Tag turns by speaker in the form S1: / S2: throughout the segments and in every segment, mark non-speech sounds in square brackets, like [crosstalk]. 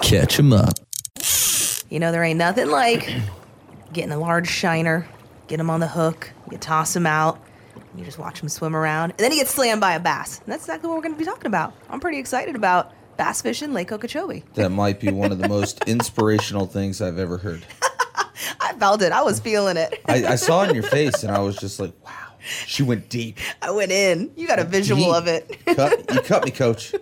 S1: Catch him up.
S2: You know, there ain't nothing like getting a large shiner, get him on the hook, you toss him out, and you just watch him swim around, and then he gets slammed by a bass. And that's exactly what we're going to be talking about. I'm pretty excited about bass fishing Lake Okeechobee.
S3: That might be one of the
S1: [laughs]
S3: most inspirational things I've ever heard.
S2: I felt it. I was feeling it. [laughs]
S3: I, I saw it in your face, and I was just like, wow. She went deep.
S2: I went in. You got a visual
S3: Deep.
S2: of it. [laughs]
S3: Cut, you cut me, coach.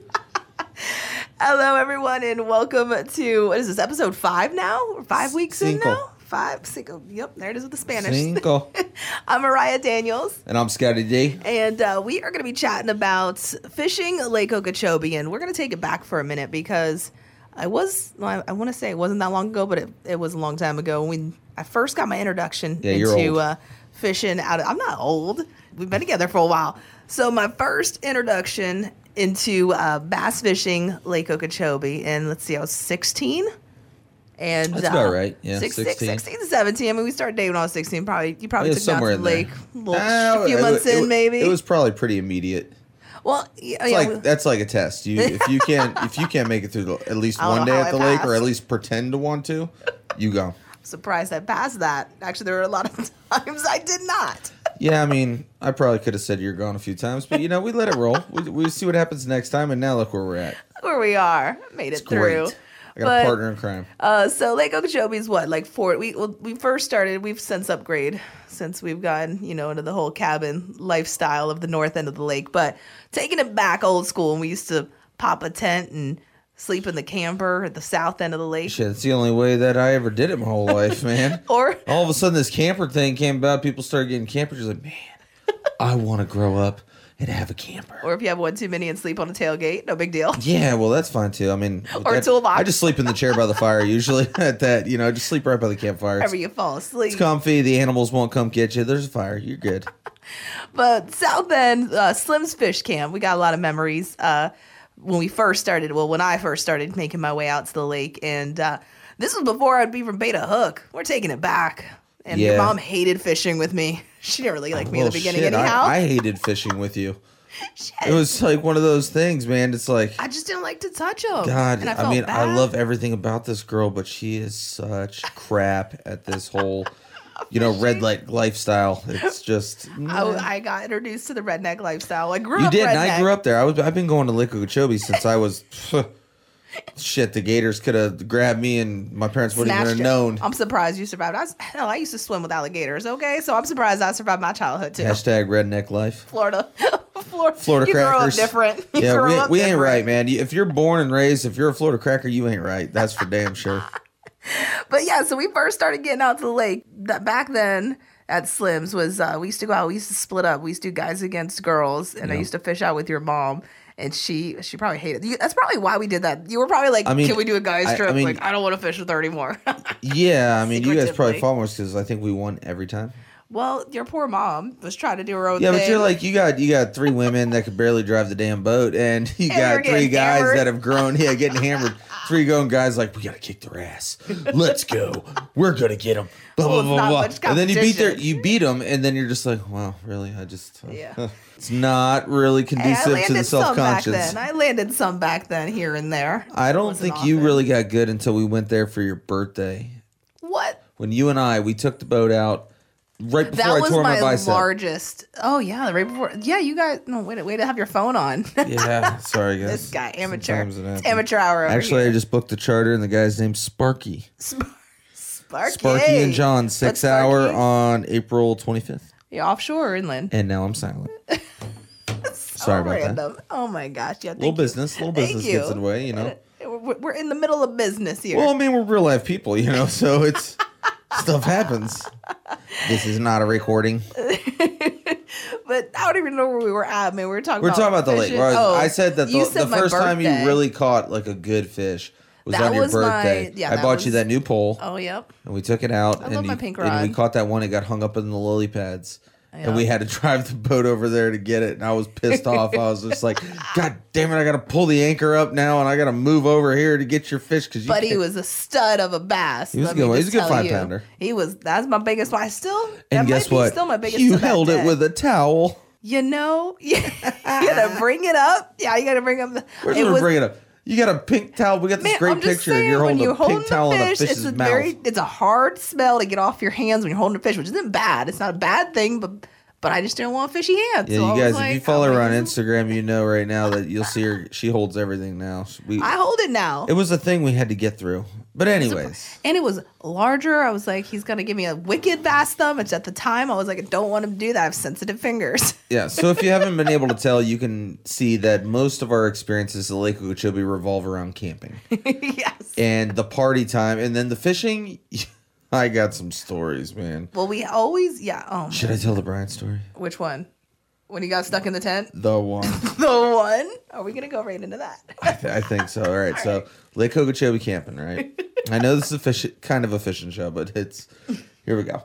S2: Hello, everyone, and welcome to what is this episode five now? We're Five weeks
S3: Cinco.
S2: in now. Five, cinco. Yep, there it is with the Spanish.
S3: Cinco.
S2: [laughs] I'm Mariah Daniels.
S3: And I'm Scotty D.
S2: And uh, we are going to be chatting about fishing Lake Okeechobee, and we're going to take it back for a minute because I was, well, I, I want to say it wasn't that long ago, but it, it was a long time ago when I first got my introduction
S3: Yeah,
S2: into
S3: you're old.
S2: Uh, fishing out of, I'm not old. We've been together for a while. So my first introduction into uh, bass fishing Lake Okeechobee, and let's see, I was 16. And
S3: That's
S2: uh,
S3: about right. Yeah,
S2: 16,
S3: 16.
S2: 16 to 17. I mean, we started dating when I was 16. Probably, you probably
S3: Yeah,
S2: took me out to
S3: somewhere
S2: the
S3: in
S2: lake
S3: there.
S2: little-
S3: Ah,
S2: a few
S3: it wa-
S2: months
S3: it wa-
S2: in, maybe.
S3: It was probably pretty immediate.
S2: Well, yeah,
S3: It's
S2: yeah, we-
S3: like that's like a test. You if you can't if you can't make it through the, at least
S2: I don't
S3: one day
S2: know how
S3: at the
S2: I
S3: lake, or
S2: passed.
S3: at least pretend to want to, you go.
S2: I'm surprised I passed that. Actually, there were a lot of [laughs] times I did not. [laughs]
S3: Yeah, I mean, I probably could have said you're gone a few times, but you know, we let it roll. We, we see what happens next time, and now look where we're at.
S2: Look where we are. Made it
S3: It's
S2: through.
S3: great. I got
S2: But-
S3: a partner in crime.
S2: Uh, so Lake Okeechobee is what like four. We well, we first started. We've since upgraded since we've gotten you know into the whole cabin lifestyle of the north end of the lake. But taking it back old school, and we used to pop a tent and sleep in the camper at the south end of the lake.
S3: Shit, it's the only way that I ever did it my whole
S2: [laughs]
S3: life, man.
S2: Or
S3: All of a sudden, this camper thing came about. People started getting campers. You're Like, man, I want to grow up and have a camper.
S2: or if you have one too many and sleep on a tailgate, no
S3: [laughs]
S2: big deal.
S3: Yeah, well, that's fine too. I mean, with
S2: Or a
S3: that-
S2: toolbox.
S3: I just sleep in the chair by the fire usually. [laughs] At that, you know, I just sleep right by the campfire.
S2: Wherever
S3: It's,
S2: you fall asleep.
S3: it's comfy. The animals won't come get you. There's a fire. You're
S2: [laughs]
S3: good.
S2: But South Bend, uh, Slim's Fish Camp, we got a lot of memories uh, when we first started. Well, when I first started making my way out to the lake. And uh, this was before I'd even bait a hook. We're taking it back. And your
S3: Yeah.
S2: mom hated fishing with me. [laughs] She didn't really like me in
S3: Well,
S2: the beginning,
S3: shit,
S2: anyhow.
S3: I,
S2: I,
S3: I hated fishing with
S2: [laughs]
S3: you. It was like one of those things, man. It's like,
S2: just didn't like to touch them.
S3: God,
S2: and
S3: I,
S2: felt
S3: mean,
S2: bad.
S3: I love everything about this girl, but she is such crap at this whole, you know, red light lifestyle. It's just. mm.
S2: I, I got introduced to the redneck lifestyle. I grew
S3: You
S2: up
S3: did,
S2: redneck.
S3: and I grew up there. I was I've been going to Lake Okeechobee since I was shit. The Gators could have grabbed me, and my parents wouldn't even
S2: Smashed
S3: have
S2: it.
S3: known.
S2: I'm surprised you survived. I was, hell, I used to swim with alligators, okay? So I'm surprised I survived my childhood, too.
S3: Hashtag redneck life.
S2: Florida. [laughs] Florida.
S3: Florida
S2: you
S3: crackers.
S2: grow up different. [laughs] You
S3: yeah,
S2: grow
S3: we,
S2: up
S3: we ain't
S2: different.
S3: right, man. You- If you're born and raised, if you're a Florida cracker, you ain't right. That's for damn sure.
S2: But yeah, so we first started getting out to the lake. That back then at Slim's was uh, we used to go out. We used to split up. We used to do guys against girls, and I used to fish out with your mom. And she she probably hated. You, that's probably why we did that. You were probably like,
S3: I mean,
S2: "Can we do a guys
S3: I- I
S2: trip?"
S3: mean-
S2: like, I don't want to fish with her anymore. [laughs]
S3: Yeah, I mean, you guys
S2: Secretively.
S3: probably follow us because I think we won every time.
S2: well, your poor mom was trying to do her own.
S3: Yeah,
S2: thing.
S3: but you're like you got you got three women that could barely drive the damn boat, and [laughs] you
S2: And we're
S3: got three
S2: getting
S3: guys
S2: hammered.
S3: that have grown. Yeah,
S2: [laughs]
S3: getting hammered. Three grown guys like we gotta kick their ass. Let's go. We're gonna get them. Blah
S2: Well,
S3: blah blah
S2: it's not
S3: blah.
S2: much
S3: And then you beat their
S2: competition.
S3: you beat them, and then you're just like, wow, really? I just uh,
S2: Yeah.
S3: [laughs] it's not really
S2: Hey, I
S3: conducive to the
S2: landed
S3: self
S2: some back
S3: conscious.
S2: then. I landed some back then, here and there.
S3: I don't
S2: Wasn't
S3: think you
S2: often.
S3: really got good until we went there for your birthday.
S2: What?
S3: When you and I we took the boat out right before
S2: That
S3: I
S2: was
S3: tore my,
S2: my
S3: bicep.
S2: largest. Oh yeah, right before. Yeah, you guys. No, wait, wait to have your phone on. [laughs]
S3: yeah, sorry guys.
S2: this guy, amateur.
S3: Sometimes it
S2: It's
S3: happens.
S2: amateur hour. Over
S3: Actually, I
S2: here.
S3: just booked the charter, and the guy's name's Sparky.
S2: Sparky.
S3: Sparky and John,
S2: What's
S3: six hour
S2: Sparky?
S3: on April 25th.
S2: Yeah, offshore or inland.
S3: And now I'm silent. Sorry
S2: oh,
S3: about that.
S2: random. Oh my gosh. Yeah.
S3: Little
S2: Thank you.
S3: business, little
S2: Thank
S3: business
S2: you.
S3: gets in the way, you know.
S2: We're, we're in the middle of business here.
S3: Well, I mean, we're real life people, you know, so
S2: [laughs]
S3: it's stuff happens. This is not a recording.
S2: but I don't even know where we were at. Man, we were talking.
S3: We're talking about the lake.
S2: fishing.
S3: Right?
S2: Oh,
S3: I said that the,
S2: you said
S3: the
S2: my
S3: first time
S2: birthday.
S3: you really caught like a good fish was
S2: That
S3: on your
S2: was my-
S3: birthday.
S2: yeah,
S3: I
S2: that
S3: bought you
S2: was-
S3: that new pole.
S2: Oh yep.
S3: and we took it out and,
S2: love my
S3: you-
S2: pink
S3: and
S2: rod.
S3: we caught that one it got hung up in the lily pads
S2: Yeah.
S3: and we had to [laughs] drive the boat over there to get it and i was pissed off i was just
S2: [laughs]
S3: like god damn it i gotta pull the anchor up now and i gotta move over here to get your fish because you
S2: But he
S3: can't-
S2: was a stud of a bass.
S3: He was
S2: let
S3: a good
S2: me
S3: one. He was
S2: just
S3: a good
S2: tell
S3: five
S2: you.
S3: pounder.
S2: He was. That's my biggest. one. I still. that
S3: and
S2: might
S3: guess
S2: be
S3: what
S2: Still my biggest.
S3: you
S2: to that
S3: held it
S2: day.
S3: with a towel
S2: [laughs]
S3: [laughs]
S2: You know, you gotta bring it up. Yeah, you gotta bring up the.
S3: we're
S2: it
S3: just gonna
S2: was-
S3: bring it up You got a pink towel. We got this
S2: Man,
S3: great
S2: I'm just
S3: picture.
S2: saying,
S3: of you're
S2: when
S3: holding
S2: you're
S3: a pink towel in a
S2: fish,
S3: fish's
S2: it's a
S3: mouth.
S2: very it's a hard smell to get off your hands when you're holding a fish, which isn't bad. It's not a bad thing, but but I just didn't want fishy hands.
S3: yeah,
S2: so I
S3: you
S2: was
S3: guys.
S2: like,
S3: if you follow
S2: I'm
S3: her on
S2: like,
S3: Instagram, you know right now that
S2: [laughs]
S3: you'll see her. She holds everything now. She- We,
S2: I hold it now,
S3: it was a thing we had to get through. But anyways,
S2: and it was larger. I was like, he's gonna give me a wicked bass thumb. Which at the time I was like, I don't want him to do that. I have sensitive fingers. [laughs]
S3: yeah. So if you haven't been able to tell, you can see that most of our experiences at Lake Okeechobee revolve around camping
S2: yes.
S3: and the party time, and then the fishing. [laughs] I got some stories, man.
S2: Well, we always yeah. Oh, my-
S3: Should I tell the Brian story?
S2: which one? When he got stuck in the tent,
S3: The one.
S2: the one. Are we gonna go right into that? [laughs]
S3: I, th- I think so. All right. so Lake Okeechobee camping, right? I know this is a fish, kind of a fishing show, but it's here we go.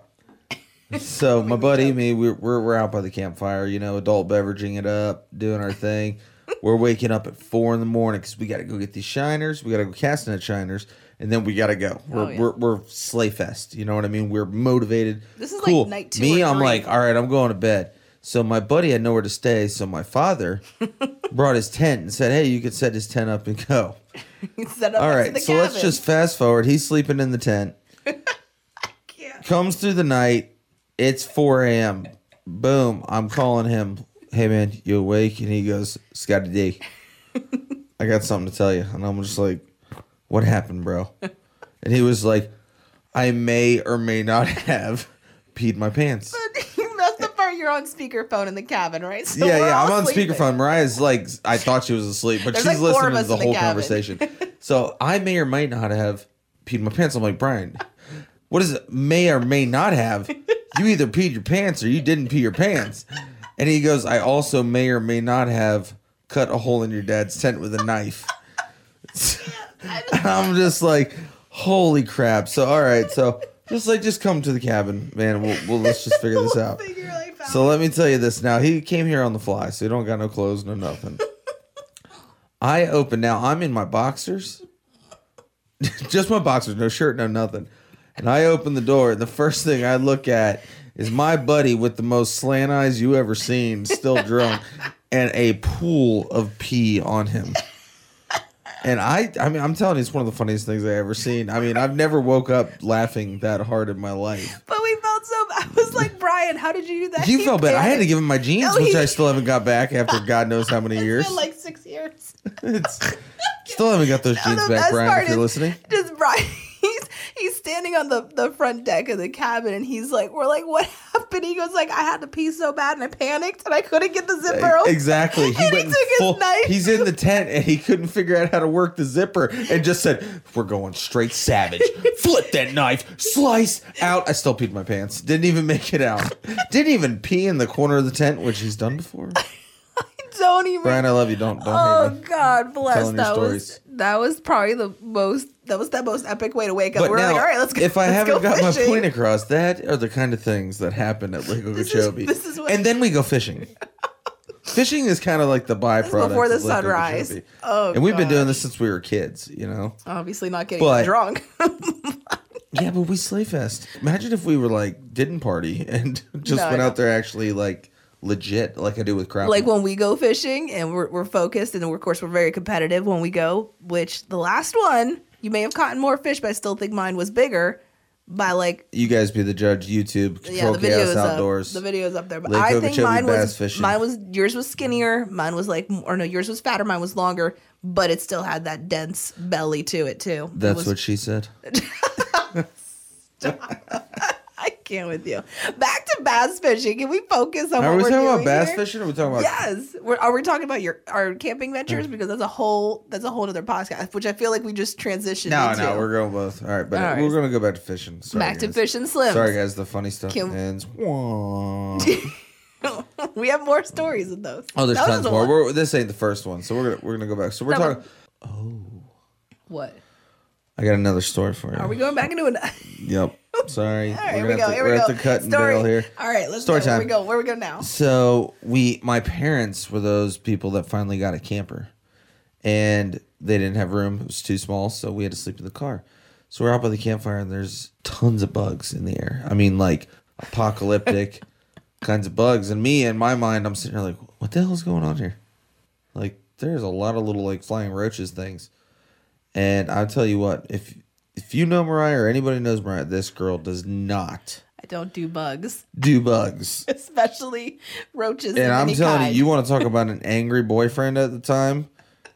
S3: So my buddy, me, we're, we're we're out by the campfire, you know, adult beveraging it up, doing our thing. We're waking up at four in the morning because we got to go get these shiners. We got to go casting at shiners, and then we got to go. We're,
S2: Oh, yeah.
S3: we're we're sleigh fest. You know what I mean? We're motivated.
S2: This is like
S3: cool.
S2: night two
S3: Me,
S2: or
S3: I'm
S2: three.
S3: like, all right, I'm going to bed. So my buddy had nowhere to stay, so my
S2: [laughs]
S3: father brought his tent and said, "Hey, you could set his tent up and go."
S2: Set up
S3: All
S2: next to
S3: right,
S2: the
S3: so let's
S2: cabin.
S3: just fast forward. He's sleeping in the tent.
S2: Yeah. [laughs]
S3: Comes through the night. It's 4 a.m. Boom. I'm calling him. Hey man, you awake? And he goes, Scotty D, I got something to tell you. And I'm just like, What happened, bro? And he was like, I may or may not have peed my pants.
S2: That's the part you're on speakerphone in the cabin, right?
S3: [laughs]
S2: So
S3: yeah,
S2: we're
S3: yeah.
S2: all
S3: I'm on
S2: sleeping. [laughs]
S3: speakerphone. Mariah's like, I thought she was asleep, but
S2: There's
S3: she's
S2: like four of
S3: listening
S2: us
S3: to the
S2: in the
S3: whole
S2: cabin. [laughs]
S3: conversation. so I may or might not have peed my pants. I'm like, Brian, what is it? May or may not have? You either peed your pants or you didn't pee your pants. And he goes, I also may or may not have cut a hole in your dad's tent with a knife. [laughs] And I'm just like, holy crap. So, all right. So, just like, just come to the cabin, man. We'll, we'll let's just figure
S2: [laughs]
S3: this out.
S2: Figure life out.
S3: So let me tell you this now. He came here on the fly, so he don't got no clothes, no nothing. I open now. I'm in my boxers, [laughs] just my boxers, no shirt, no nothing. And I open the door. and The first thing I look at is my buddy with the most slant eyes you ever seen, still drunk, and a pool of pee on him. And I, I mean, I'm telling you, it's one of the funniest things I ever seen. I mean, I've never woke up laughing that hard in my life.
S2: but we felt so. [laughs] I was like, Brian, how did you do that?
S3: You
S2: [laughs] He
S3: felt bad. I had to
S2: panicked.
S3: give him my jeans,
S2: No,
S3: which
S2: he-
S3: I still haven't got back
S2: [laughs]
S3: after God knows how many
S2: It's
S3: years.
S2: been like six years.
S3: [laughs]
S2: [laughs]
S3: It's- still haven't got those
S2: No,
S3: jeans
S2: the
S3: back,
S2: best
S3: Brian.
S2: part
S3: If you're
S2: is
S3: listening,
S2: [laughs] Just Brian, he's he's standing on the the front deck of the cabin, and he's like, "We're like, what [laughs] happened?" He goes, "Like, I had to pee so bad, and I panicked, and I couldn't get the zipper."
S3: [laughs]
S2: open." [laughs]
S3: exactly.
S2: And he
S3: went
S2: took his knife.
S3: He's in the tent and he couldn't figure out how to work the zipper, and just said, "We're going straight
S2: [laughs]
S3: savage. Flip that knife, slice out." I still peed my pants. Didn't even make it
S2: [laughs]
S3: out. Didn't even pee in the corner of the tent, which he's done before.
S2: Don't even.
S3: Brian, I love you. Don't don't hate
S2: oh
S3: me.
S2: God, bless.
S3: Telling your
S2: That
S3: stories.
S2: was that was probably the most. That was the most epic way to wake up.
S3: But
S2: We're
S3: now,
S2: like, all right, let's go.
S3: if I
S2: let's
S3: haven't
S2: go
S3: got
S2: fishing."
S3: my point across, that are the kind of things that happen at Lake
S2: This is-
S3: Okeechobee.
S2: this is what-
S3: and then we go
S2: [laughs]
S3: fishing. fishing is kind of like the byproduct
S2: before the
S3: of Lake
S2: sunrise.
S3: Okeechobee.
S2: Oh,
S3: and we've been
S2: gosh.
S3: doing this since we were kids, you know.
S2: obviously not getting
S3: But-
S2: drunk. [laughs]
S3: Yeah, but we sleigh fest. Imagine if we were like didn't party and [laughs] just
S2: No, I
S3: went
S2: know.
S3: out there actually like legit, like I do with crap.
S2: like when we go fishing and we're, we're focused and we're, of course we're very competitive when we go which the last one you may have caught more fish but i still think mine was bigger by like
S3: you guys be the judge. YouTube
S2: yeah
S3: control
S2: the video
S3: chaos
S2: is
S3: outdoors.
S2: up the video is up there but
S3: Lake
S2: i think
S3: Okeechobee
S2: mine
S3: bass
S2: was
S3: fishing.
S2: mine was yours was skinnier mine was like or no yours was fatter mine was longer but it still had that dense belly to it too It
S3: That's
S2: was-
S3: what she said.
S2: i can't with you back to bass fishing can we focus on
S3: Are
S2: what
S3: we
S2: we're
S3: talking about
S2: doing
S3: bass
S2: here?
S3: fishing? Or are we talking about
S2: Yes. We're, are we talking about your our camping
S3: Mm.
S2: ventures? Because that's a whole that's a whole other podcast, which I feel like we just transitioned
S3: No,
S2: into.
S3: no, we're going both. All right, but
S2: All right.
S3: we're going to go back to fishing. Sorry,
S2: back to
S3: guys.
S2: fish and slims.
S3: Sorry, guys. The funny stuff
S2: Can-
S3: ends. oh,
S2: [laughs] we have more stories of those.
S3: there's
S2: That was
S3: tons
S2: the
S3: more.
S2: one-
S3: We're, this ain't the first one, so we're gonna we're gonna go back. So we're
S2: That
S3: talking.
S2: one- What?
S3: I got another story for you.
S2: Are we going back into an? [laughs] All
S3: Yep. Sorry. we're
S2: right, here we
S3: gonna
S2: go.
S3: have to,
S2: here
S3: we're
S2: we
S3: at
S2: go.
S3: the cut and
S2: Story.
S3: barrel here.
S2: All right, let's
S3: Story
S2: go. Where we
S3: time.
S2: go? Where we go now?
S3: So we, my parents were those people that finally got a camper, and they didn't have room. It was too small, so we had to sleep in the car. So we're out by the campfire, and there's tons of bugs in the air. I mean, like apocalyptic kinds of bugs. And me, in my mind, I'm sitting there like, what the hell's going on here? Like, there's a lot of little like flying roaches things. And I'll tell you what, if if you know Mariah or anybody knows Mariah, this girl does not
S2: I don't do bugs,
S3: do bugs.
S2: [laughs] especially roaches. of
S3: And I'm
S2: any
S3: telling
S2: kind.
S3: you, you want to talk about an angry boyfriend at the time?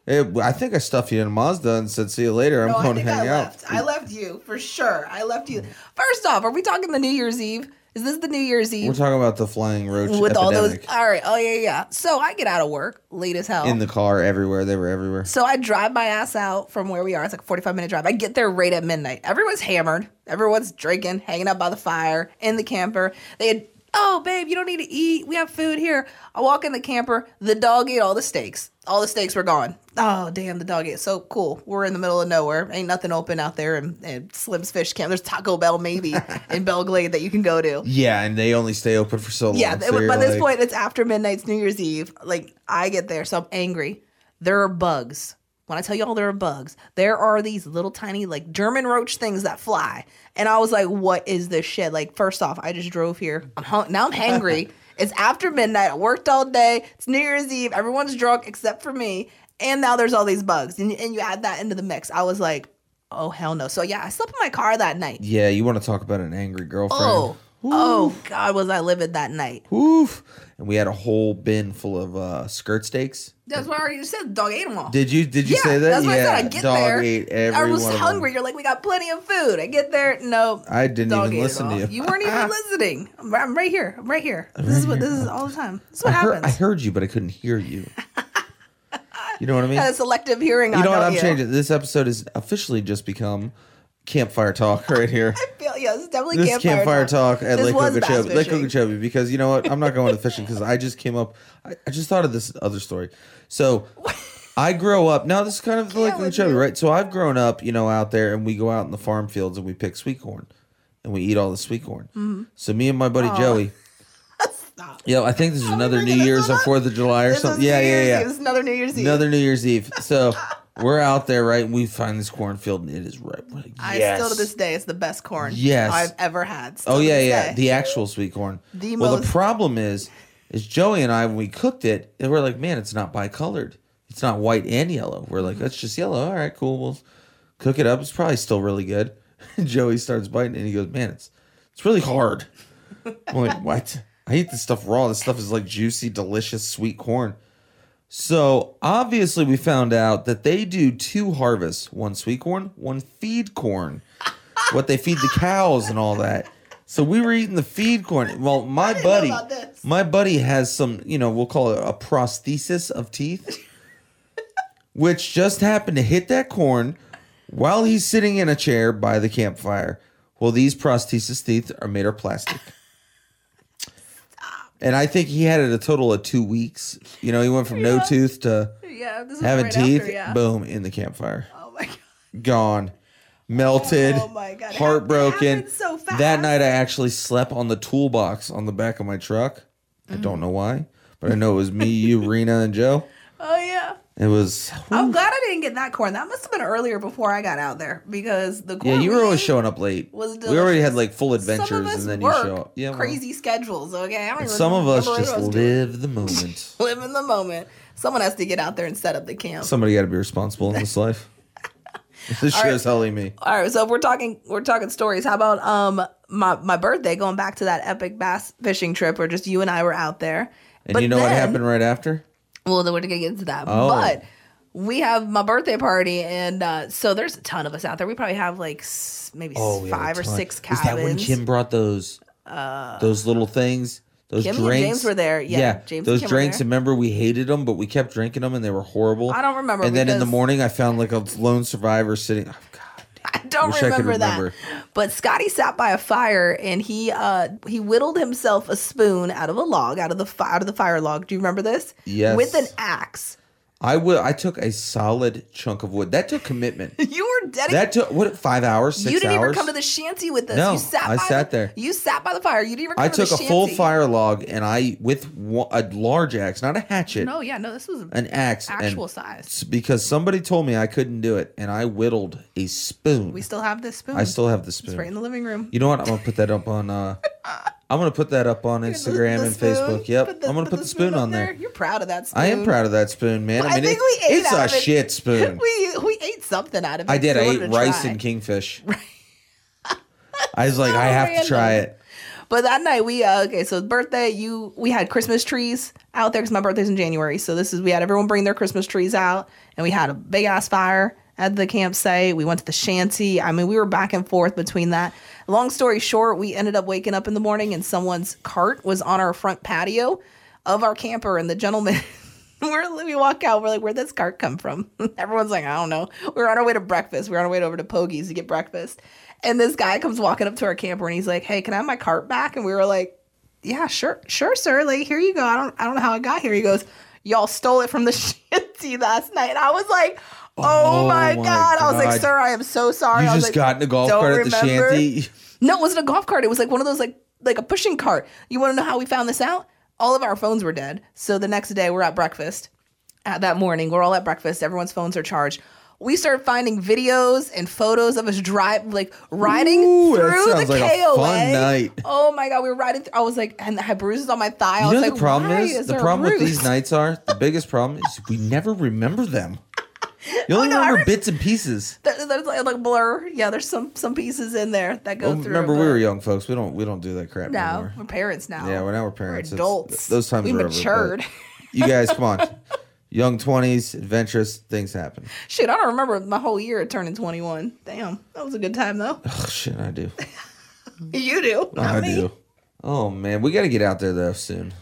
S3: It, I think I stuffed you in a Mazda and said, "See you later." I'm
S2: No, I
S3: going to
S2: think
S3: hang
S2: I
S3: out.
S2: left. I left you for sure. I left you. First off, are we talking the New Year's Eve? Is this the New Year's
S3: We're
S2: Eve
S3: talking about the flying roach
S2: with all those?
S3: epidemic
S2: All right. Oh yeah, yeah. So I get out of work late as hell.
S3: in the car everywhere. They were everywhere.
S2: So I drive my ass out from where we are. It's like a 45 minute drive. I get there right at midnight. Everyone's hammered. Everyone's drinking, hanging out by the fire in the camper. They had, oh, babe, you don't need to eat. We have food here. I walk in the camper. The dog ate all the steaks. All the steaks were gone. Oh, damn, the dog ate. So cool. We're in the middle of nowhere. Ain't nothing open out there. And, and Slim's Fish Camp. There's Taco Bell, maybe, in Belglade that you can go to.
S3: Yeah, and they only stay open for so long.
S2: Yeah,
S3: so
S2: th- by
S3: you're
S2: this
S3: like-
S2: point, it's after midnight's New Year's Eve. Like, I get there, so I'm angry. There are bugs. When I tell y'all there are bugs, there are these little tiny, like, German roach things that fly. And I was like, what is this shit? Like, first off, I just drove here. I'm hung- Now I'm hangry. it's after midnight. I worked all day. It's New Year's Eve. Everyone's drunk except for me. And now there's all these bugs. And, and you add that into the mix. I was like, oh, hell no. So, yeah, I slept in my car that night.
S3: Yeah, you want to talk about an angry girlfriend?
S2: Oh, oh, God, was I livid that night.
S3: Oof. And we had a whole bin full of uh, skirt steaks.
S2: That's what I already said. The dog ate them all.
S3: Did you did you
S2: Yeah,
S3: say that?
S2: that's what I
S3: yeah,
S2: said. I get
S3: dog
S2: there,
S3: ate every
S2: I was
S3: one of them.
S2: hungry. You're like, we got plenty of food. I get there. No,
S3: I didn't
S2: dog
S3: even
S2: ate it
S3: listen to
S2: all.
S3: you.
S2: You
S3: [laughs]
S2: weren't even listening. I'm, I'm right here. I'm right here. This is what this is all the time. This is
S3: I
S2: what
S3: heard,
S2: happens.
S3: I heard you, but I couldn't hear
S2: [laughs]
S3: you. you know what I mean?
S2: I had a selective hearing.
S3: you know what?
S2: on
S3: I'm
S2: you.
S3: changing. This episode has officially just become campfire talk
S2: [laughs]
S3: right here.
S2: I feel yeah. It's definitely
S3: this
S2: campfire,
S3: talk, at
S2: This
S3: Lake
S2: was bass
S3: Okeechobee, Lake
S2: fishing.
S3: Okeechobee, because you know what? I'm not going to fishing because I just came up. I, I just thought of this other story. So I grow up now. This is kind of like
S2: with
S3: Okeechobee,
S2: you.
S3: right? So I've grown up, you know, out there, and we go out in the farm fields and we pick sweet corn, and we eat all the sweet corn.
S2: Mm-hmm.
S3: So me and my buddy Joey.
S2: [laughs] Stop.
S3: Yo, I think this is
S2: we
S3: another New
S2: bringing this
S3: Year's
S2: one
S3: or
S2: up?
S3: Fourth of July or
S2: This
S3: something.
S2: is
S3: Yeah,
S2: New
S3: yeah,
S2: Year's
S3: yeah.
S2: Eve. This is another New Year's Eve.
S3: Another New Year's Eve.
S2: [laughs]
S3: So we're out there, right? And we find this cornfield, and it is ripe. We're like,
S2: I
S3: yes.
S2: still to this day, it's the best corn
S3: Yes.
S2: I've ever had. Still
S3: Oh
S2: to
S3: yeah,
S2: this
S3: yeah.
S2: day.
S3: The actual sweet corn.
S2: The
S3: well, the
S2: most-
S3: problem is, is Joey and I when we cooked it, and we're like, man, it's not bicolored. It's not white and yellow. We're
S2: Mm-hmm.
S3: like, that's just yellow. All right, cool. We'll cook it up. It's probably still really good. [laughs] And Joey starts biting, and he goes, man, it's it's really hard. I'm like, what? I eat this stuff raw. This stuff is like juicy, delicious sweet corn. So obviously, we found out that they do two harvests: one sweet corn, one feed corn. what they feed the cows and all that. So we were eating the feed corn. Well, my
S2: know
S3: buddy,
S2: about this.
S3: my buddy has some, you know, we'll call it a prosthesis of teeth, which just happened to hit that corn while he's sitting in a chair by the campfire. Well, these prosthesis teeth are made of plastic. And I think he had it a total of two weeks. You know, he went from no
S2: Yeah.
S3: tooth to
S2: yeah. This was
S3: having
S2: right
S3: teeth.
S2: After, yeah.
S3: Boom, in the campfire.
S2: oh my god.
S3: Gone. Melted.
S2: Oh my God. It
S3: Heartbroken.
S2: happened so fast.
S3: That night I actually slept on the toolbox on the back of my truck. I don't
S2: Mm.
S3: know why, but I know it was me, you, Rena, and Joe.
S2: Oh yeah.
S3: It was
S2: I'm glad I didn't get that corn. That must have been earlier before I got out there because the corn
S3: Yeah, you were
S2: we
S3: always
S2: ate,
S3: showing up late.
S2: was
S3: We already had
S2: delicious.
S3: like full
S2: some of
S3: adventures
S2: us
S3: and then
S2: work
S3: you show up. Yeah. well,
S2: crazy schedules. Okay, I don't even
S3: some of us
S2: remember what
S3: just
S2: I was doing. [laughs]
S3: live the moment.
S2: live in the moment. Someone has to get out there and set up the camp.
S3: Somebody gotta be responsible in this
S2: [laughs]
S3: life. This
S2: All right.
S3: sure is hell ain't me.
S2: All right, so if we're talking we're talking stories. How about um my my birthday? Going back to that epic bass fishing trip, where just you and I were out there.
S3: And you know what happened right after?
S2: Well, then we're gonna get into that.
S3: Oh.
S2: But we have my birthday party, and uh, so there's a ton of us out there. We probably have like s- maybe
S3: Oh,
S2: five
S3: we had a
S2: or
S3: ton.
S2: six
S3: Is
S2: cabins. Uh,
S3: that when Kim brought those those little things? Those
S2: Kim and
S3: drinks.
S2: James were there. Yeah, James and
S3: those
S2: Kim were
S3: drinks.
S2: there.
S3: and remember, we hated them, but we kept drinking them, and they were horrible.
S2: I don't remember
S3: And then in the
S2: because-
S3: morning, I found like a lone survivor sitting. Oh, God.
S2: [laughs] I don't
S3: Wish I could
S2: remember that.
S3: remember.
S2: But Scotty sat by a fire and he uh he whittled himself a spoon out of a log, out of the fi- out of the fire log. Do you remember this?
S3: Yes.
S2: With an axe. [laughs]
S3: I will. I took a solid chunk of wood. That took commitment.
S2: You were dedicated.
S3: that took what five hours, six
S2: You didn't
S3: hours.
S2: even come to the shanty with us.
S3: No,
S2: you sat
S3: I
S2: by
S3: sat
S2: the,
S3: there.
S2: You sat by the fire. You didn't even come
S3: I
S2: to the
S3: took a
S2: shanty.
S3: full fire log and I with one, a large axe, not a hatchet,
S2: No, yeah, no, this was
S3: an axe, and
S2: actual size.
S3: s- because somebody told me I couldn't do it, and I whittled a spoon.
S2: We still have this spoon.
S3: I still have the spoon.
S2: it's right in the living room. [laughs]
S3: You know what? I'm gonna put that up on uh I'm gonna put that up on
S2: The-
S3: Instagram
S2: the
S3: and
S2: spoon.
S3: Facebook. Yep,
S2: Put the-
S3: I'm gonna put, the spoon,
S2: up
S3: on there.
S2: You're proud of that spoon.
S3: I am proud of that spoon, man. I
S2: Well, I
S3: mean,
S2: think
S3: it-
S2: we ate
S3: it's a
S2: out of it.
S3: shit spoon.
S2: [laughs] We we ate something out of it.
S3: I did.
S2: so
S3: I
S2: wanted
S3: ate
S2: to
S3: rice
S2: try.
S3: and kingfish.
S2: [laughs] Right. Oh,
S3: I was like, I have to try
S2: random.
S3: it.
S2: But that night we uh, okay, so birthday you we had Christmas trees out there because my birthday's in January, so this is we had everyone bring their Christmas trees out, and we had a big ass fire at the campsite. We went to the shanty. I mean, we were back and forth between that. Long story short, we ended up waking up in the morning and someone's cart was on our front patio of our camper, and the gentleman. [laughs] We're, we walk out. We're like, where'd this cart come from? [laughs] Everyone's like, I don't know. We We're on our way to breakfast. We We're on our way over to Pogie's to get breakfast. And this guy comes walking up to our camper and he's like, Hey, can I have my cart back? And we were like, Yeah, sure, sure, sir. Like, here you go. I don't, I don't know how I got here. He goes, Y'all stole it from the [laughs] shanty last night. And I was like, Oh,
S3: Oh
S2: my,
S3: my
S2: god. I was like,
S3: God.
S2: Sir, I am so sorry.
S3: You
S2: I was
S3: just
S2: like,
S3: got in a golf
S2: "Don't
S3: cart at the
S2: remember."
S3: shanty.
S2: No, it wasn't a golf cart. It was like one of those like like a pushing cart. You want to know how we found this out? All of our phones were dead. So the next day, we're at breakfast. At that morning, we're all at breakfast. Everyone's phones are charged. We started finding videos and photos of us drive like riding
S3: Ooh, that
S2: through
S3: sounds
S2: the
S3: like a
S2: KOA.
S3: fun night.
S2: Oh my god, we were riding. Through, I was like, and I had bruises on my thigh. I
S3: You
S2: was
S3: know
S2: like,
S3: the problem
S2: why
S3: is,
S2: is,
S3: the
S2: there a
S3: problem with
S2: bruise?
S3: these nights are the biggest problem is we never remember them. You only
S2: Oh, no, I
S3: remember
S2: re-
S3: bits and pieces.
S2: There- There's like, like blur. Yeah, there's some some pieces in there that go
S3: Well,
S2: through.
S3: Oh, remember, we
S2: but-
S3: were young folks. We don't we don't do that crap
S2: No,
S3: anymore.
S2: we're parents now.
S3: Yeah, we're now we're parents.
S2: We're
S3: It's-
S2: adults.
S3: those times
S2: we
S3: are over, but
S2: matured.
S3: you guys, come
S2: [laughs]
S3: on. Young twenties, adventurous things happen.
S2: Shit, I don't remember my whole year of turning 21. Damn, that was a good
S3: [laughs]
S2: time though. [laughs]
S3: Oh shit, I do.
S2: You do. Not
S3: I
S2: me.
S3: do. Oh man, we got to get out there though soon.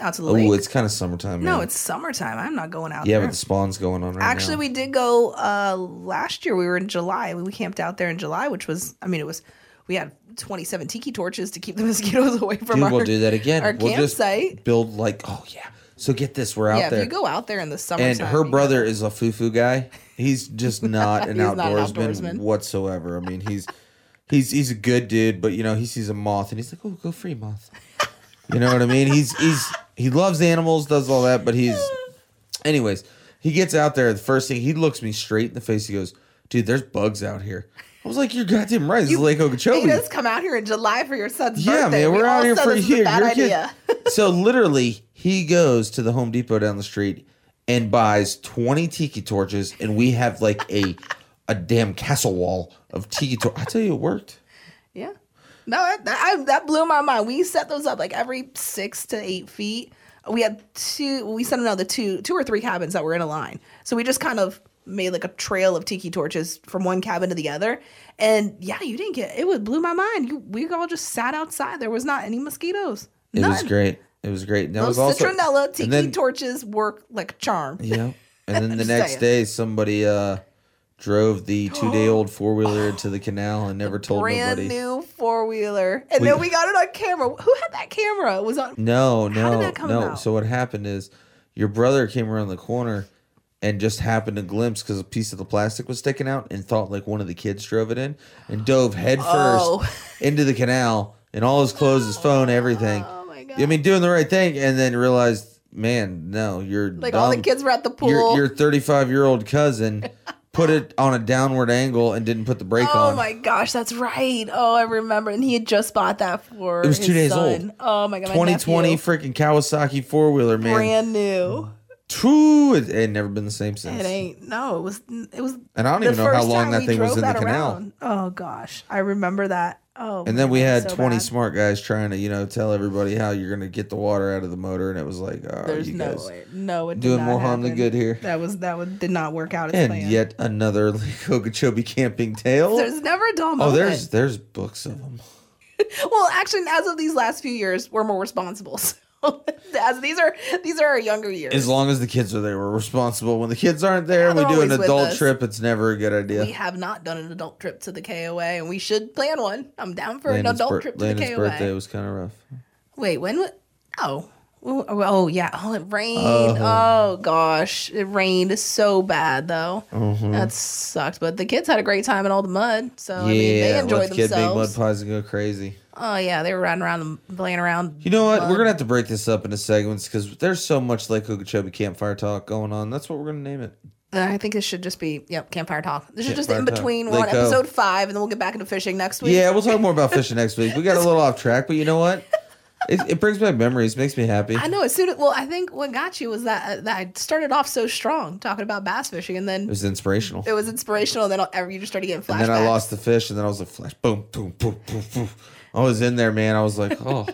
S2: Out to the lake.
S3: Oh, it's kind of summertime.
S2: no,
S3: man.
S2: it's summertime. I'm not going out
S3: yeah,
S2: there.
S3: but the spawn's going on right
S2: Actually,
S3: now.
S2: we did go uh, last year. We were in July. We, we camped out there in July, which was, I mean, it was, we had 27 tiki torches to keep the [laughs] mosquitoes away from
S3: Dude,
S2: our
S3: we'll do that again.
S2: our
S3: we'll
S2: campsite.
S3: just build like oh yeah. So get this, we're out
S2: Yeah,
S3: there.
S2: if you go out there in the summertime.
S3: and her
S2: you-
S3: brother is a fufu guy. He's
S2: [laughs]
S3: just not an
S2: He's not an
S3: outdoorsman,
S2: outdoorsman.
S3: whatsoever. I mean, he's he's he's a good dude, but you know, he sees a moth and he's like, "Oh, go free moth." You know what I mean? He's he's he loves animals, does all that, but he's anyways. He gets out there. The first thing he looks me straight in the face. He goes, "Dude, there's bugs out here." I was like, "You're goddamn right. It's
S2: [laughs]
S3: Lake Okeechobee."
S2: Made us come out here in July for your son's
S3: Yeah,
S2: birthday.
S3: man,
S2: We
S3: we're
S2: all
S3: out here
S2: said
S3: for
S2: this
S3: a
S2: was
S3: year.
S2: bad
S3: Your kid-
S2: idea. [laughs]
S3: so literally, he goes to the Home Depot down the street and buys twenty tiki torches, and we have like a a damn castle wall of tiki torches. I tell you, it worked.
S2: Yeah. No, that, that, I, that blew my mind. We set those up like every six to eight feet. We had two, we set another two, two or three cabins that were in a line. So we just kind of made like a trail of tiki torches from one cabin to the other. And yeah, you didn't get, it would blew my mind. You, we all just sat outside. There was not any mosquitoes.
S3: It
S2: None.
S3: was great. It was great. And That
S2: Those
S3: was also
S2: citronella tiki
S3: and then-
S2: torches work like a charm.
S3: Yeah.
S2: [laughs]
S3: And then the
S2: Just
S3: next
S2: saying.
S3: day, somebody uh drove the two
S2: [gasps]
S3: day old four wheeler into the canal and never told
S2: Brand
S3: nobody.
S2: new four wheeler. And
S3: We-
S2: then we got it on camera. Who had that camera? It was on
S3: No, no,
S2: did that come
S3: no.
S2: about?
S3: So what happened is your brother came around the corner and just happened to glimpse because a piece of the plastic was sticking out and thought like one of the kids drove it in and dove headfirst
S2: Oh.
S3: into the canal and all his clothes, his phone, everything.
S2: Oh my god.
S3: I mean, doing the right thing and then realized, man, no, you're
S2: Like all the kids were at the pool.
S3: Your your 35 year old cousin
S2: [laughs]
S3: put it on a downward angle and didn't put the brake
S2: oh
S3: on.
S2: my gosh, that's right. Oh, I remember. And he had just bought that for
S3: It was
S2: his
S3: two days
S2: son. Oh my god, my
S3: 2020
S2: nephew.
S3: freaking Kawasaki four wheeler, man. Oh,
S2: brand new.
S3: True, it ain't never been the same since.
S2: It ain't no. It was it was.
S3: And I don't even know how long that thing was in the canal.
S2: Oh gosh, I remember that. Oh,
S3: And then we had 20
S2: twenty.
S3: smart guys trying to, you know, tell everybody how you're going to get the water out of the motor. And it was like, oh,
S2: There's
S3: you
S2: no
S3: guys.
S2: way. No, it did
S3: doing
S2: not
S3: more harm than
S2: happen.
S3: good here.
S2: That was that would, did not work out as
S3: And
S2: planned.
S3: yet another [laughs] Lake Okeechobee camping tale.
S2: there's never a dull
S3: oh,
S2: moment.
S3: there's there's books of them.
S2: Well, actually, as of these last few years, we're more responsible. [laughs] So as these are these are our younger years.
S3: As long as the kids are there, we're responsible. When the kids aren't there, and
S2: they're
S3: we do an
S2: always with
S3: adult
S2: us.
S3: trip. It's never a good idea.
S2: We have not done an adult trip to the KOA, and we should plan one. I'm down for an
S3: Landon's,
S2: adult
S3: bir-
S2: trip to
S3: Landon's
S2: the KOA.
S3: birthday was kind of rough.
S2: Wait, when? wa- Oh, oh, oh, yeah. Oh, it rained.
S3: Oh.
S2: Oh. gosh, it rained so bad though.
S3: Mhm.
S2: That sucked. But the kids had a great time in all the mud, so I mean,
S3: yeah,
S2: they
S3: let
S2: enjoyed
S3: the kid make mud
S2: themselves.
S3: pies and go crazy.
S2: Oh yeah, they were riding around, and playing around.
S3: You know what?
S2: Mud.
S3: We're gonna have to break this up into segments because there's so much Lake Okeechobee campfire talk going on. That's what we're gonna name it.
S2: Uh, I think this should just be yep campfire talk. This is just
S3: Campfire
S2: in
S3: talk.
S2: between.
S3: There
S2: We're on
S3: you go.
S2: episode five, and then we'll get back into fishing next week.
S3: Yeah, we'll talk more
S2: [laughs]
S3: about fishing next week. We got a little off track, but you know what? It, it brings back memories, makes me happy.
S2: I know. As soon as well, I think what got you was that that I started off so strong talking about bass fishing, and
S3: It
S2: then
S3: was inspirational.
S2: it was inspirational. And then I- you just started getting flashbacks.
S3: And then I lost the fish, and then I was like, flash, boom, boom, boom, boom, boom. I was in there, man. I was like, oh,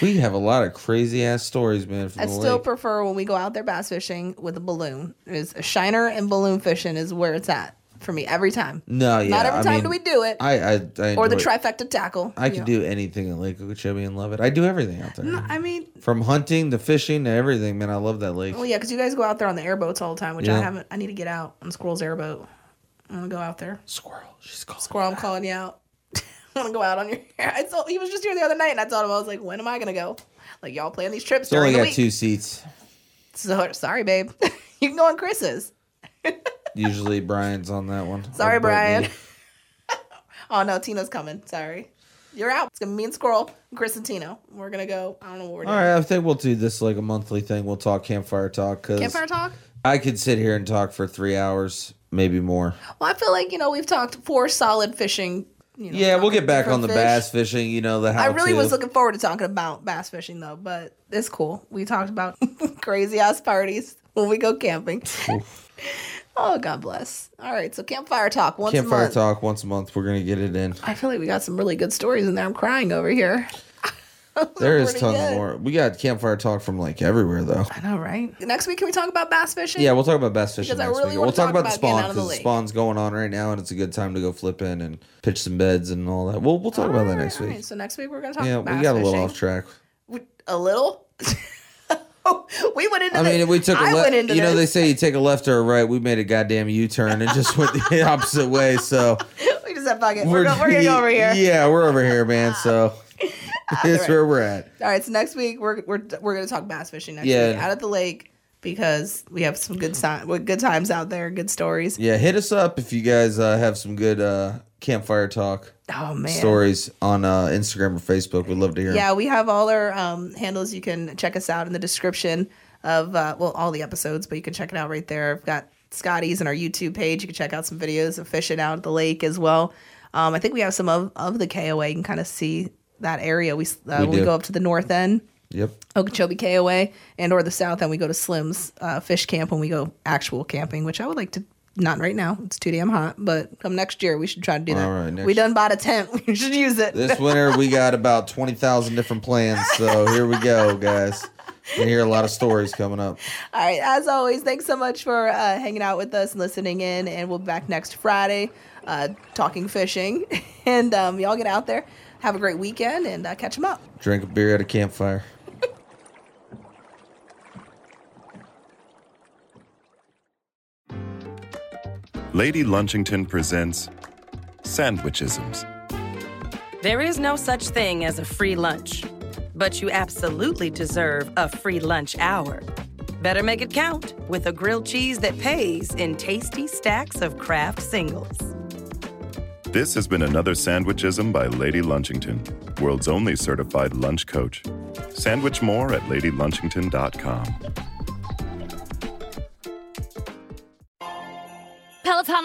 S3: we have a lot of crazy ass stories, man. From
S2: I
S3: the
S2: still
S3: lake.
S2: prefer when we go out there bass fishing with a balloon. Is a shiner and balloon fishing is where it's at for me every time.
S3: no, yeah,
S2: Not every
S3: I
S2: time
S3: mean,
S2: do we do it,
S3: I, I, I
S2: or the
S3: enjoy it.
S2: trifecta tackle.
S3: I
S2: you
S3: can
S2: know.
S3: do anything in Lake Okeechobee and love it. I do everything out there,
S2: I mean,
S3: from hunting to fishing to everything, man. I love that lake.
S2: well, yeah, because you guys go out there on the airboats all the time, which I
S3: Yeah.
S2: haven't. I need to get out on Squirrel's airboat. I want to go out there.
S3: Squirrel, she's calling.
S2: Squirrel, I'm calling you out. [laughs] I want to go out on your. I told he was just here the other night, and I told him I was like, when am I gonna go? Like y'all plan these trips
S3: It's only
S2: during the
S3: got
S2: week.
S3: two seats.
S2: So sorry, babe. [laughs] you can go on Chris's.
S3: Usually Brian's on that one.
S2: Sorry,
S3: Or Brittany.
S2: Brian. Oh no, Tina's coming. Sorry, you're out. It's gonna be me and Squirrel, and Chris and Tina. We're gonna go. I don't know what we're
S3: All
S2: doing.
S3: right, I think we'll do this like a monthly thing. We'll talk campfire talk because
S2: Campfire talk.
S3: I could sit here and talk for three hours, maybe more.
S2: Well, I feel like you know we've talked four solid fishing. You know,
S3: Yeah, we'll get back
S2: different
S3: on the
S2: fish.
S3: bass fishing. You know the how
S2: I really was looking forward to talking about bass fishing though, but it's cool. We talked about [laughs] crazy ass parties when we go camping. [laughs] oh, God bless. All right, so campfire talk once a
S3: campfire
S2: month.
S3: talk once a month. We're gonna get it in.
S2: I feel like we got some really good stories in there. I'm crying over here. [laughs]
S3: There is
S2: pretty
S3: tons
S2: good.
S3: more. We got campfire talk from like everywhere though.
S2: I know, right? Next week, can we talk about bass fishing?
S3: Yeah, we'll talk about bass fishing
S2: Because I
S3: next
S2: really
S3: week.
S2: wanna
S3: We'll talk,
S2: talk
S3: about, the
S2: about getting
S3: spawn
S2: out of
S3: because
S2: the
S3: the,
S2: lake.
S3: spawn's going on right now, and it's a good time to go flip in and pitch some beds and all that. We'll we'll talk about that next
S2: All
S3: week.
S2: right, so next week we're gonna talk.
S3: Yeah,
S2: about bass
S3: we got a little
S2: fishing.
S3: off
S2: [laughs]
S3: track.
S2: We- A little. [laughs] we went into.
S3: I mean,
S2: the-
S3: if we took a
S2: I
S3: left.
S2: went
S3: You
S2: into
S3: know, they
S2: this.
S3: say you take a left or a right. We made a goddamn U turn and just went the [laughs] opposite way. So
S2: [laughs] we just have fucking. We're, go- we're gonna go
S3: [laughs]
S2: over here.
S3: Yeah, we're over here, man.
S2: [laughs]
S3: So [laughs] that's
S2: right.
S3: where we're at.
S2: All right, so next week we're we're we're gonna talk bass fishing next
S3: Yeah.
S2: week out at the lake because we have some good time with good times out there, good stories.
S3: Yeah, hit us up if you guys uh, have some good uh, campfire talk
S2: Oh man.
S3: stories on uh, Instagram or Facebook. We'd love to hear. 'em.
S2: Yeah, we have all our um, handles. You can check us out in the description of uh, well, all the episodes, but you can check it out right there. I've got Scotty's and our YouTube page. You can check out some videos of fishing out at the lake as well. Um, I think we have some of, of the KOA. You can kind of see that area. We, s- uh,
S3: We
S2: when we
S3: do.
S2: go up to the north end.
S3: Yep.
S2: Okeechobee KOA and or the South, and we go to Slim's uh, Fish Camp when we go actual camping, which I would like to. Not right now; it's too damn hot. But come next year, we should try to do that.
S3: All right, next-
S2: we done bought a tent; [laughs] we should use it.
S3: This winter we got about twenty thousand different plans. So here we go, guys. We hear a lot of stories coming up.
S2: All right, as always, thanks so much for uh, hanging out with us and listening in, and we'll be back next Friday, uh, talking fishing, [laughs] and um, y'all get out there, have a great weekend, and uh, catch 'em up.
S3: Drink a beer at a campfire.
S1: Lady Lunchington presents Sandwichisms.
S4: There is no such thing as a free lunch, but you absolutely deserve a free lunch hour. Better make it count with a grilled cheese that pays in tasty stacks of Kraft singles.
S1: This has been another Sandwichism by Lady Lunchington, world's only certified lunch coach. Sandwich more at ladylunchington.com.
S5: Peloton,